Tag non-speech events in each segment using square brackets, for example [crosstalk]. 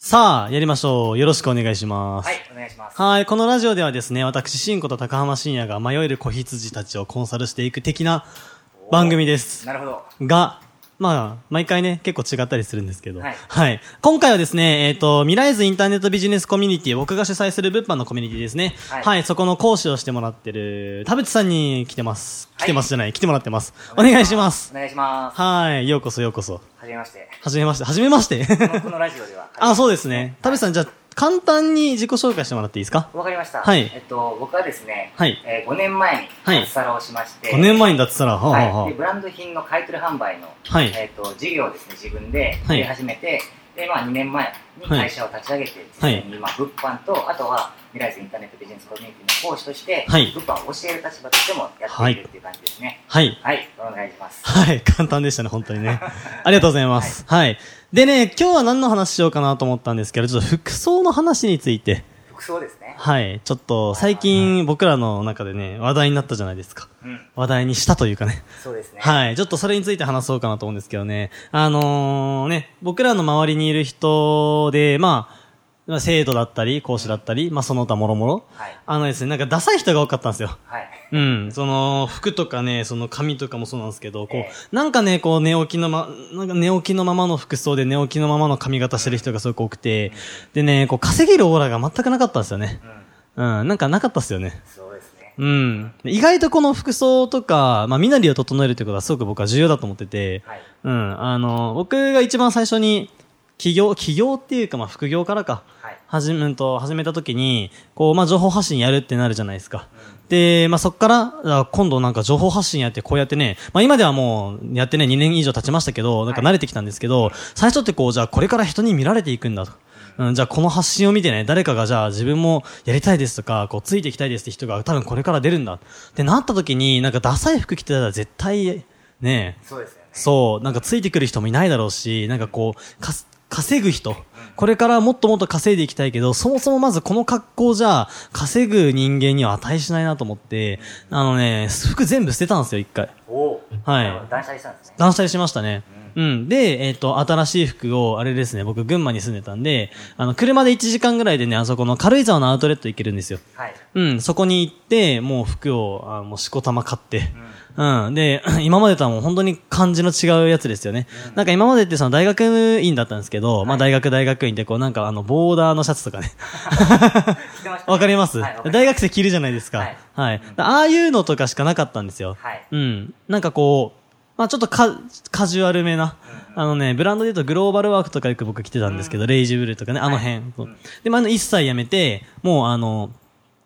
さあ、やりましょう。よろしくお願いします。はい、お願いします。はい、このラジオではですね、私、新子と高浜深也が迷える子羊たちをコンサルしていく的な番組です。なるほど。が、まあ、毎回ね、結構違ったりするんですけど。はい今回はですね、えっ、と、未来図インターネットビジネスコミュニティ、僕が主催する物販のコミュニティですね。は、はいいそこの講師をしてもらってる、田淵さんに来てます。はい来てますじゃない、来てもらってます。お願いします。お願いします。はい、ようこそようこそ。はじめまして。はじめまして。はじめまして。このこのラジオでは。あ、そうですね。田淵さん、じゃあ、簡単に自己紹介してもらっていいですかわかりました。はいえっと、僕はですね、はいえー5年前にはい脱サラをしまして、 ?5 年前にだってたら、はあ、はあ、はい。はで、ブランド品の買い取り販売の、あ。はい。えっと、事業をですね、自分ではいやり始めて、で、まあ、2年前にはい会社を立ち上げて、はい実際にまあ、物販と、あとは、未来図インターネットビジネスコミュニティの講師として、はい物販を教える立場としてもやっているっていう感じですね。はい。はい、お願いします。はい。簡単でしたね、本当にね。 [laughs] ありがとうございます。はい。でね、今日は何の話しようかなと思ったんですけど、ちょっと服装の話について、服装ですね。はい。ちょっと、最近僕らの中でね、話題になったじゃないですか。うん、話題にしたというかね。そうですね。はい。ちょっとそれについて話そうかなと思うんですけどね。あのー、ね、僕らの周りにいる人で、まあ、まあ生徒だったり、講師だったり、まあその他もろもろ。はい。あのですね、なんかダサい人が多かったんですよ。はい。うん。その、服とかね、その髪とかもそうなんですけど、こえう、なんかね、こう寝起きのま、なんか寝起きのままの服装で寝起きのままの髪型してる人がすごく多くて、でね、こう稼げるオーラが全くなかったんですよねう。ん、うん。なんかなかったっすよね。そうですね。うん。意外とこの服装とか、まあ、身なりを整えるということはすごく僕は重要だと思ってて、はい。うん。あの、僕が一番最初に、起業、起業っていうか、まあ、副業からか、はい。始め、うんと、始めた時に、こう、まあ、情報発信やるってなるじゃないですか。うで、まあ、そっから、あ今度なんか情報発信やって、こうやってね、まあ、今ではもう、やってね、2年以上経ちましたけど、なんか慣れてきたんですけど、最初ってこう、じゃあこれから人に見られていくんだと。うん、じゃあこの発信を見てね、誰かがじゃあ自分もやりたいですとか、こう、ついていきたいですって人が多分これから出るんだ。ってなった時に、なんかダサい服着てたら絶対、ね、んそうですよね。そう、なんかついてくる人もいないだろうし、なんかこう、かす稼ぐ人。これからもっともっと稼いでいきたいけど、そもそもまずこの格好じゃ、稼ぐ人間には値しないなと思って、あのね、服全部捨てたんですよ、一回。おお。はいなるほど断捨離したんですね。断捨離しましたね。うん。で、えっ、と、新しい服を、あれですね、僕、群馬に住んでたんで、あの、車で1時間ぐらいでね、あそこの軽井沢のアウトレット行けるんですよ。はい。うん、そこに行って、もう服を、あもうしこたま買ってう、ん。うん。で、 [clears throat] 今までとはもう本当に感じの違うやつですよね。なんか今までってその大学院だったんですけど、まあ大学大学院ってこうなんかあのボーダーのシャツとかね。知ってましたね [laughs] わかります、はいわかり大学生着るじゃないですか。ははいい。だああいうのとかしかなかったんですよ。はい。うん。なんかこう、まあちょっとカカジュアルめな。あのね、ブランドで言うとグローバルワークとかよく僕着てたんですけど、レイジブルとかね、あの辺。そうで、まああの一切やめて、もうあの、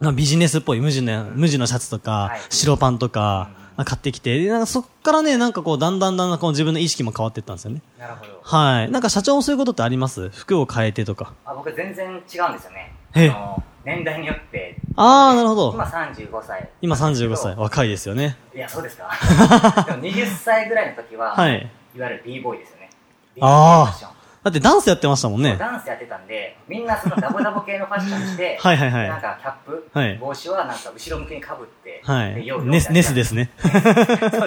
まあ、ビジネスっぽい無地の、無地のシャツとか、はい白パンとか、まあ買ってきて、で、なんかそっからね、なんかこう、だんだんだんだんこう自分の意識も変わってったんですよね。なるほど。はい。なんか社長もそういうことってあります服を変えてとか。あ、僕全然違うんですよね。ええあの年代によって。あー、なるほど今。35歳。今35歳。。若いですよね。いや、そ [laughs] うですか。でも20歳ぐらいの時は、。はいい。わゆる b ボーイですよね。あー B-boy ファッションだってダンスやってましたもんね。、ダンスやってたんで、みんなそのダボダボ系のファッションしてはいはいはいなんかキャップ、はい帽子はなんか後ろ向きにかぶって、はいでよ。う。ネス、ネスですすね。 [laughs] そう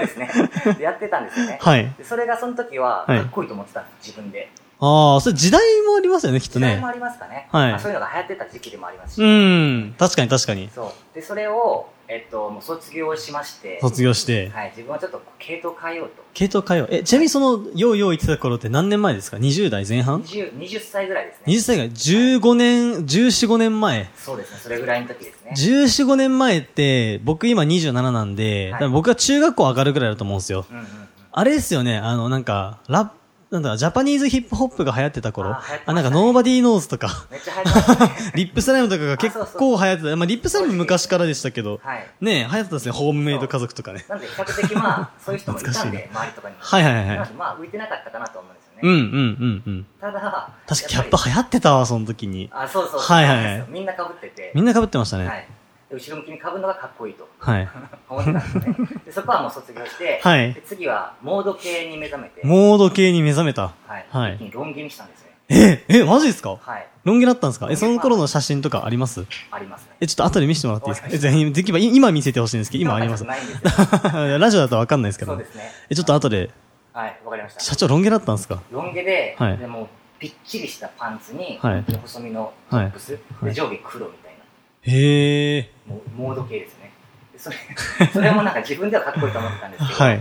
ですね。でやってたんですよね。はい。でそれがその時は、はいかっこいいと思ってたんです、自分で。ああ、それ時代もありますよね、きっと時代ねも。ありますかね。はいまあそういうのが流行ってた時期でもありますし。うん。確かに確かに。そう。で、それを、えっと、もう卒業しまして、卒業して。はい、自分はちょっと系統変えようと。系統変えよう。え、ちなみにその、ようよう言ってた頃って何年前ですか ?20 代前半 20, 20歳ぐらいですね。 20歳が15年、14、5年前。そうですね、それぐらいの時ですね。 14、5年前って、僕今27なんで、はい多分僕が中学校上がるぐらいだと思うんですよ。うんうんうん。あれですよね、あの、なんか、ラなんだ、ジャパニーズヒップホップが流行ってた頃。ああー流行ってましたねなんか、ノーバディーノーズとか、。めっちゃ流行ってますね [laughs] リップスライムとかが結あそう構流行ってた。まあ、リップスライム昔からでしたけど、はい。ね、流行ってたんですね、ホームメイド家族とかね。なんで比較的まあ、そういう人もいたん懐かで、周りとかにも。はいはいはいなのでまあ、浮いてなかったかなと思うんですよね。うんうんうんうん。ただ、確かキやャっッぱパり流行ってたわ、その時に。あ、そうそうそう。はいはいはいみんな被ってて。みんな被ってましたね。はい。で後ろ向きに被るのがかっこいいとはい。思ってた [laughs] んですね。でそこはもう卒業して、はいで次はモード系に目覚めて、モード系に目覚めた。はい。はい一気にロン毛にしたんですね。え、え、マジですかはい。ロン毛だったんですかえ、その頃の写真とかありますありますね。え、ちょっと後で見せてもらっていいですかえ、ぜひ、できればい今見せてほしいんですけど、今あります。ないんですよ [laughs] ラジオだとわかんないですけそうどで。すね。え、ちょっと後で、はい、わかりました。社長ロン毛だったんですかロン毛で、はいでもうぴっちりしたパンツに、はい細身のトップス、はいで上下黒みたいな。へえ。もうモード系ですね。でそれ、それもなんか自分ではかっこいいと思ってたんですけ [laughs] ど、はい。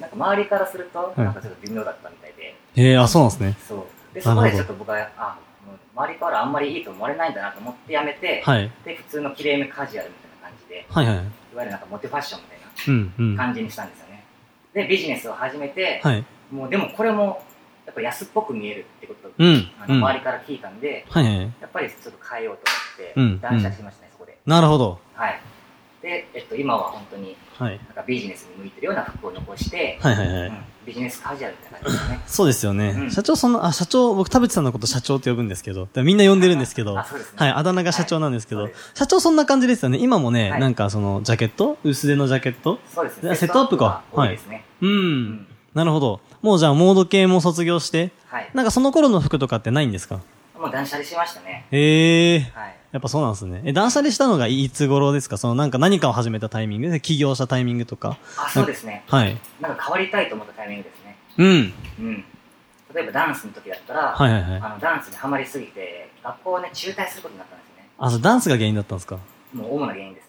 なんか周りからすると、いなんかちょっと微妙だったみたいで、へえ、あ、そうなんですね。そう。で、なそるほこどでちょっと僕は、あ、もう周りからあんまりいいと思われないんだなと思ってやめて、はい。で、普通のきれいめカジュアルみたいな感じで、はいはい。いわゆるなんかモテファッションみたいなうんうん。は感じにしたんですよね。で、ビジネスを始めて、い。もうでもこれも、やっぱ安っぽく見えるってこと、うんあ。うのん。周はいりから聞いたんで、はい。やっぱりちょっと変えようと思って、うん断捨離しましたね、そこで。なるほど。はい。で、えっと、今は本当に、はい。なんかビジネスに向いてるような服を残して、はいはいはうい。んビジネスカジュアルみたいな感じ [laughs] ですね。そうですようね。ん社長そんな、あ、社長、僕田淵さんのこと社長って呼ぶんですけど、だからみんな呼んでるんですけど、あ、そうですね。はい、あだ名が社長なんですけど、はいそうです社長そんな感じですよね。今もね、はいなんかその、ジャケット薄手のジャケットそうですあね。セットアップかセットアップが多いですね。うん、うんなるほど。もうじゃあ、モード系も卒業して、はい。なんかその頃の服とかってないんですかもう断捨離しましたね。ええー。はい。やっぱそうなんですね。え、断捨離したのがいつ頃ですかそのなんか何かを始めたタイミングで起業したタイミングとか。あ、そうですね。はい。なんか変わりたいと思ったタイミングですね。うん。うん。例えばダンスの時だったら、はいはいはい。あのダンスにはまりすぎて、学校をね、中退することになったんですよね。あ、そうダンスが原因だったんですかもう主な原因です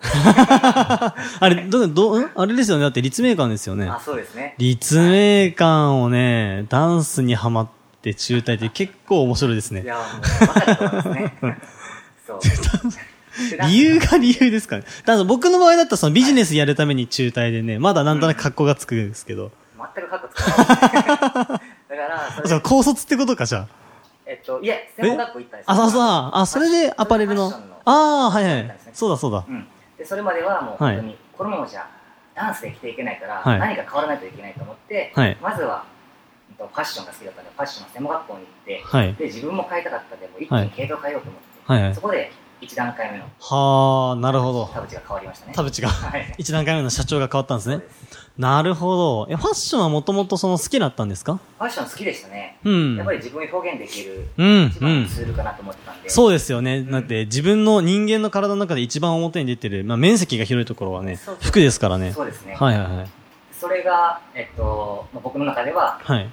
あれ、ど、ど、んあれですよね。だって立命館ですよねね。。あ、そうですね。立命館をね、ダンスにハマって中退って結構面白いですねい。や、もう、わかると思いますね。 [laughs] そう。理由が理由ですかね。だから僕の場合だったらそのビジネスやるために中退でね、まだなんとなく格好がつくんですけど。全くカッコつかない。だから、それそう、高卒ってことかじゃえっと、いや、専門学校行ったんですあ。あ、そうだ。あ、それでアパレルの。ファッションのああ、はいはファッションみたいいです。ねそうだそうだ。うん。で、それまではもうは本い当に、このままじゃ、ダンスで生きていけないから、はい何か変わらないといけないと思って、はいまずは、うんとファッションが好きだったんで、ファッションの専門学校に行って、はい。で、自分も変えたかったんで、もう一気に系統変えようと思って、はいはいそ。こで一段階目のはあ、なるほど。田淵が変わりましたね。田淵が。 [laughs] はい。一段階目の社長が変わったんですそうねで。すなるほど。え、ファッションはもともとその好きだったんですかファッション好きでしたね。うん。やっぱり自分を表現できるうん一、う番のん。ツールかなと思ってたんで、そうですよね。んだって自分の人間の体の中で一番表に出てる、まあ面積が広いところはねそう、そう服ですからね。そうですね。はいはいはい。それが、えっと、まあ僕の中では、はい。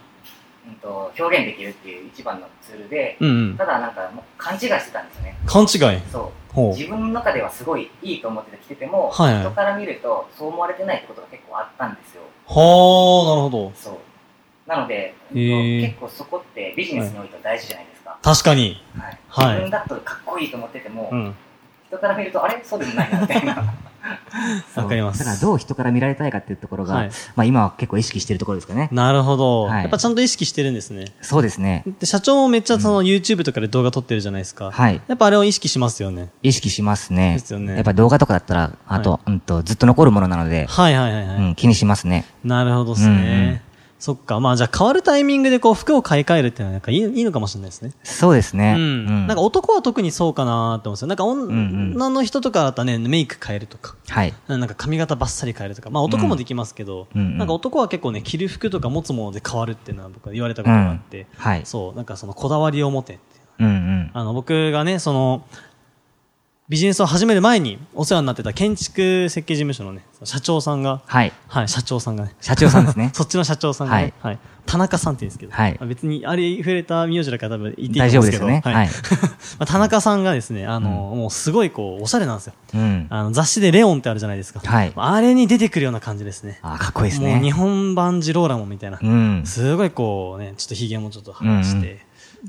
うんと、表現できるっていう一番のツールで、うんうん。ただなんかもう勘違いしてたんですよね。勘違い。そほう。う。自分の中ではすごいいいと思ってて着てても、はいはい人から見るとそう思われてないってことが結構あったんですよ。はあ、なるほど。そう。なので、へー結構そこってビジネスにおいては大事じゃないですか。確かに。はい。はい自分だとかっこいいと思ってても、ん。人から見ると、あれそうでもない [laughs] な、みたいな。わかりますだからどう人から見られたいかっていうところが、はいまあ今は結構意識してるところですかね。なるほど、はいやっぱちゃんと意識してるんですね。そうですね。で、社長もめっちゃその YouTube とかで動画撮ってるじゃないですか。はい。やっぱあれを意識しますよね。意識しますね。ですよねやっぱ動画とかだったら、あと、はうんと、ずっと残るものなので、はいはいはいはい。うん、気にしますね。なるほどですね。うんうんそっか。まあじゃあ変わるタイミングでこう服を買い替えるっていうのはなんかいいいいのかもしれないですね。そうですね。うん。なんか男は特にそうかなって思うんですよ。なんか女,、んうんの人とかだったらね、メイク変えるとか。はい。なんか髪型バッサリ変えるとか。まあ男もできますけど、うんうんなんか男は結構ね、着る服とか持つもので変わるっていうのは僕は言われたことがあって。はい。そう、なんかそのこだわりを持てっていううんうん。あの、僕がね、その、ビジネスを始める前にお世話になってた建築設計事務所のね、その社長さんが、はい。はい、社長さんがね、社長さんですね。 [laughs] そっちの社長さんがね、はい、田中さんって言うんですけど、はいまあ別にあれ触れた名字だから多分言っていいと思大丈うん夫でけですすど、よね。は [laughs] い。まあ、田中さんがですね、あの、もうすごいこう、おしゃれなんですよ。うん。あの、雑誌でレオンってあるじゃないですか。はい。あれに出てくるような感じですね。あー、かっこいいですもう日ね。本版ジローラモンみたいな。うん。すごいこうね、ちょっとヒゲもちょっと生やして、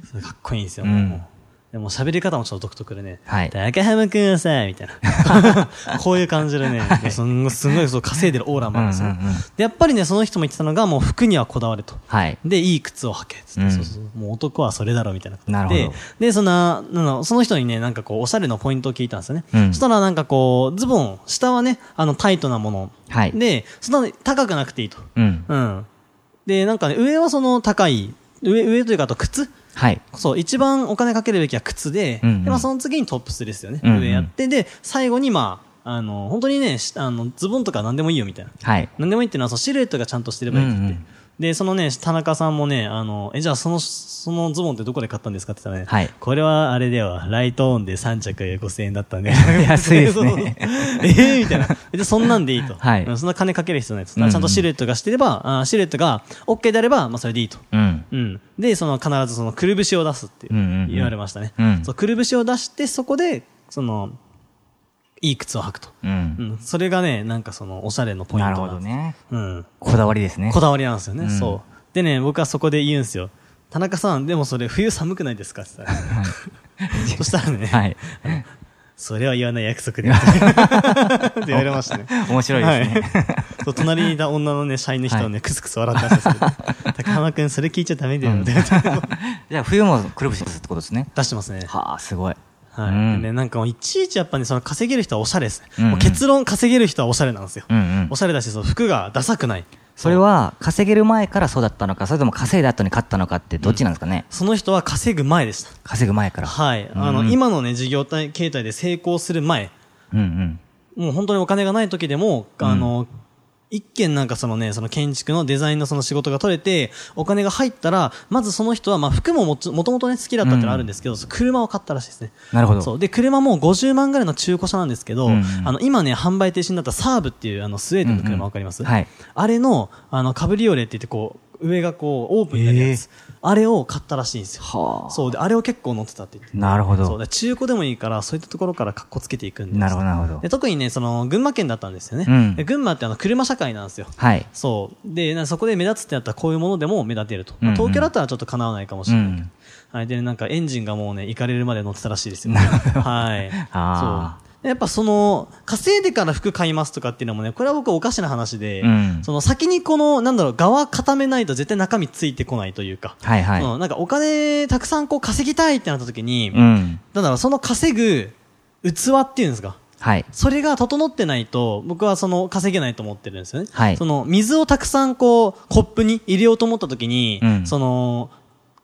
それかっこいいんですよね。うんもうでも喋り方もちょっと独特でね、はい高浜くんさ、みたい [laughs] な。こういう感じでね、すんごい、すんごいそう稼いでるオーラもあるんですよ、うんうんうんで、やっぱりね、その人も言ってたのが、もう服にはこだわれと。はい。で、いい靴を履けっつって、うんそうそうもう男はそれだろ、みたいなこと言ってなるほどで、そんな、なんだろうその人にね、なんかこう、おしゃれのポイントを聞いたんですよね。うんそしたらなんかこう、ズボン、下はね、あの、タイトなもの。はい。で、そんな高くなくていいと。うん。うん。で、なんかね、上はその高い、上、上というかあと靴はい。そう、一番お金かけるべきは靴で、うんうんでまあ、その次にトップスですよね。うんうん上やって、で、最後にまあ、あの、本当にね、しあの、ズボンとか何でもいいよみたいな。はい。何でもいいっていうのは、そのシルエットがちゃんとしてればいいって言って。うんうんで、そのね、田中さんもね、あの、え、じゃあその、そのズボンってどこで買ったんですかって言ったらね、はいこれはあれだよ、ライトオンで3着5000円だったんで。 [laughs] 安いですねそうそう [laughs] えーみたいな。で、そんなんでいいと。はいうんそんな金かける必要ないと。だうんうかんらちゃんとシルエットがしてれば、あーシルエットが OK であれば、まあそれでいいと。うん。うん、でその必ずそのくるぶしを出すっていううんうんうん言われましたね、うんそうくるぶしを出してそこでそのいい靴を履くと、う。うんん、それがねなんかそのおしゃれのポインなトるんほどです、ね。うん、こだわりですね。こだわりなんですよね、うんそうでね僕はそこで言うんですよ田中さんでもそれ冬寒くないですかって言ったらそしたらね、はい。それは言わない約 [laughs] 束でって言われましたね面白いですね。はい、そう隣にいた女のね社員の人をね、はクスクス笑ったんですけど [laughs] 高浜君それ聞いちゃダメだよみたいなじゃあ冬もくるぶしにするってことですね。出してますねはあ、すごい。はい。うんでね、なんかもういちいちやっぱね、その稼げる人はおしゃれですね。うんうんもう結論稼げる人はおしゃれなんですよ。うんうんお。しゃれだし、その服がダサくない。それは稼げる前からそうだったのか、それとも稼いだ後に勝ったのかってどっちなんですかね。その人は稼ぐ前でした。稼ぐ前から。はい。あの、うん今のね、事業体形態で成功する前、うんうん。もう本当にお金がない時でも、あの、一件なんかそのね、その建築のデザインのその仕事が取れて、お金が入ったら、まずその人は、まあ服ももつもともとね、好きだったってのはあるんですけど、車を買ったらしいですね。なるほど。そうで車も50万ぐらいの中古車なんですけど、うんうんあの今ね販売停止になったサーブっていうあのスウェーデンのうんうん車わかります、はいあれのあのカブリオレって言ってこう上がこうオープンになるやつ、あれを買ったらしいんですよはあ。そうであれを結構乗ってたって言ってなるほそうど。で中古でもいいからそういったところからかっこつけていくんですなるほど、なるほどで。特にねその群馬県だったんですよね、うんで群馬ってあの車社会なんですよはい。そうでなそこで目立つってなったらこういうものでも目立てると、うんうんまあ東京だったらちょっとかなわないかもしうれないけど、ん。はい、で、なんかエンジンがもうね、行かれるまで乗ってたらしいですよ。 [laughs] はい。あそう。でやっぱその、稼いでから服買いますとかっていうのもね、これは僕おかしな話で、うんその先にこの、なんだろう、側固めないと絶対中身ついてこないというか、はいはい。うんなんかお金たくさんこう稼ぎたいってなった時に、うん。なんだろう、その稼ぐ器っていうんですか、はい。それが整ってないと、僕はその稼げないと思ってるんですよね。はいその水をたくさんこう、コップに入れようと思った時に、うんその、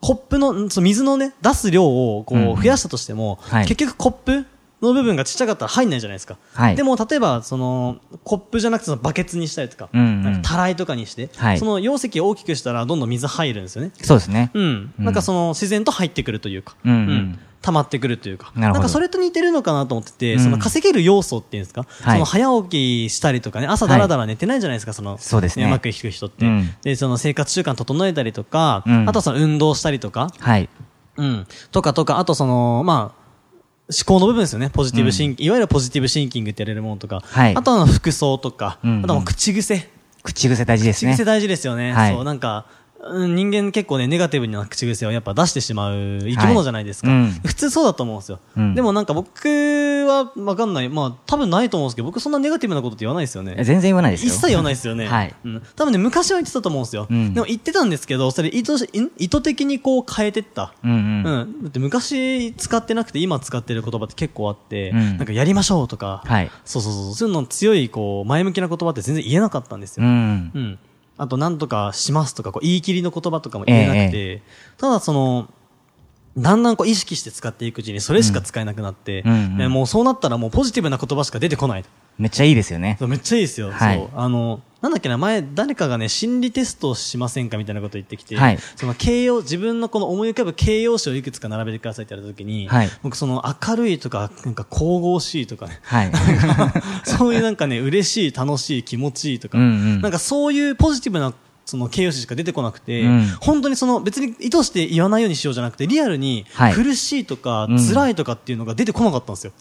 コップの、んその水のね、出す量をこうんう増やしたとしても、はい結局コップの部分がちっちゃかったら入んないじゃないですか。はい。でも例えば、その、コップじゃなくてそのバケツにしたりとか、うんうんなんかたらいとかにして、はいその容積を大きくしたらどんどん水入るんですよね。そうですね。うん、うんなんかその自然と入ってくるというか、うんうん溜まってくるというか、なるほどんかそれと似てるのかなと思ってて、うんその稼げる要素っていうんですか、はいその早起きしたりとかね、朝だらだら寝てないじゃないですか、その、そうですねまくいく人って、うんで、その生活習慣整えたりとか、うんあとはその運動したりとか、はい。うん、とかとか、あとその、まあ、思考の部分ですよね。ポジティブシンキング、いわゆるポジティブシンキングって言われるものとか、はいあとは服装とか、うんうんあとはもう口癖。口癖大事です口ね癖。大事ですよね。はいそう、なんか、うん人間結構ね、ネガティブな口癖をやっぱ出してしまう生き物じゃないですか。はいうん普通そうだと思うんですよ。うんでもなんか僕はわかんない。まあ多分ないと思うんですけど、僕そんなネガティブなことって言わないですよえね。全然言わないですよ。一切言わないですよね。はいうん多分ね、昔は言ってたと思うんですよ。うんでも言ってたんですけど、それ意図し意図的にこう変えてった。うんうん。うん、だって昔使ってなくて今使ってる言葉って結構あって、うんなんかやりましょうとか、はいそうそうそうそういうの強いこう前向きな言葉って全然言えなかったんですよ、うん。うん。あと、なんとかしますとか、こう言い切りの言葉とかも言えなくて、えただその、だんだんこう意識して使っていくうちにそれしか使えなくなって、うんうんうんでもうそうなったらもうポジティブな言葉しか出てこない。めっちゃいいですよね。めっちゃいいですよ。はいそう。あの、なんだっけな、前誰かがね、心理テストをしませんかみたいなこと言ってきて、はいその形容、自分のこの思い浮かぶ形容詞をいくつか並べてくださいって言われた時に、はい僕その明るいとか、なんか神々しいとかね、 [laughs] はい。そういうなんかね、嬉しい、楽しい、気持ちいいとか、うんうんなんかそういうポジティブなその形容詞しか出てこなくて、うん本当にその別に意図して言わないようにしようじゃなくて、リアルにはい苦しいとか、うん辛いとかっていうのが出てこなかったんですよ。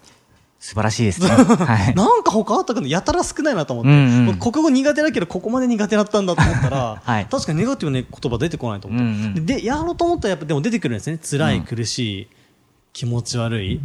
素晴らしいですね。はい。なんか他あったけど、やたら少ないなと思って、うんうん僕国語苦手だけど、ここまで苦手だったんだと思ったら、 [laughs] はい確かにネガティブな言葉出てこないと思って、うんうんで、やろうと思ったらやっぱでも出てくるんですね。辛い、うん苦しい、気持ち悪い、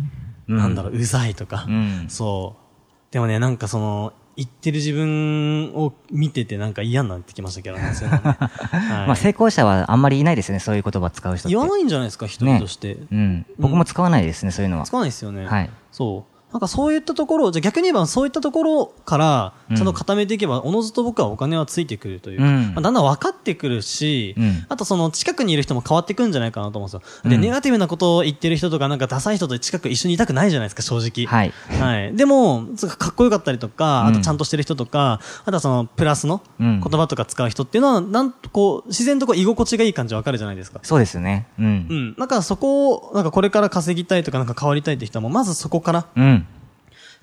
うんなんだろう、うざいとか、うんそう。でもね、なんかその、言ってる自分を見ててなんか嫌になってきましたけど [laughs] ね、そういうのねはいまあ成功者はあんまりいないですよね、そういう言葉使う人って。言わないんじゃないですか、人ねとして。うん。僕も使わないですね、そういうのは。使わないですよね。はいそう。なんかそういったところを、じゃあ逆に言えばそういったところから、うんちゃんと固めていけば、おのずと僕はお金はついてくるというか、うんまあだんだん分かってくるし、うんあとその近くにいる人も変わってくんじゃないかなと思うんですよ。うで、んネガティブなことを言ってる人とか、なんかダサい人と近く一緒にいたくないじゃないですか、正直。はい。はい。でも、つうかかっこよかったりとか、うんあとちゃんとしてる人とか、あとはその、プラスのうん言葉とか使う人っていうのは、なんとこう、自然とこう、居心地がいい感じわかるじゃないですか。そうですね。う。うんん。なんかそこを、なんかこれから稼ぎたいとか、なんか変わりたいって人はもう、まずそこから。うん。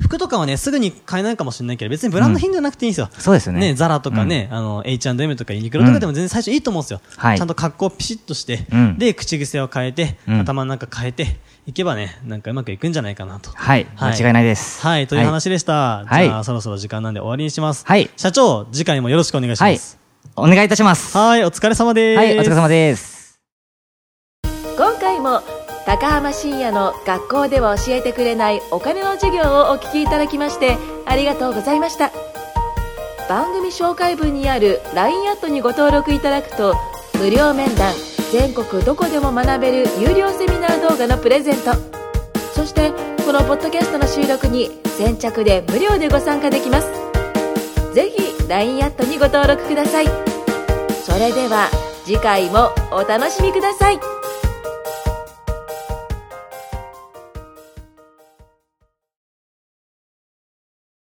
服とかはね、すぐに買えないかもしれないけど、別にブランド品じゃなくていいんですよ。そうですね。ね、ザラとかね、あの、H&M とかユニクロとかでも全然最初いいと思うんですよ。はいちゃんと格好をピシッとして、うんで、口癖を変えて、うん頭の中変えて、いけばね、なんかうまくいくんじゃないかなと。はい。はい間違いないです。はい、という話でした。はいじゃあ、そろそろ時間なんで終わりにします。はい社長、次回もよろしくお願いしはまいす。。お願いいたします。ははい、お疲れ様でい。す。お疲れ様です。今回も高浜深也の学校では教えてくれないお金の授業をお聞きいただきましてありがとうございました番組紹介文にある LINE アットにご登録いただくと無料面談全国どこでも学べる有料セミナー動画のプレゼントそしてこのポッドキャストの収録に先着で無料でご参加できますぜひ LINE アットにご登録くださいそれでは次回もお楽しみください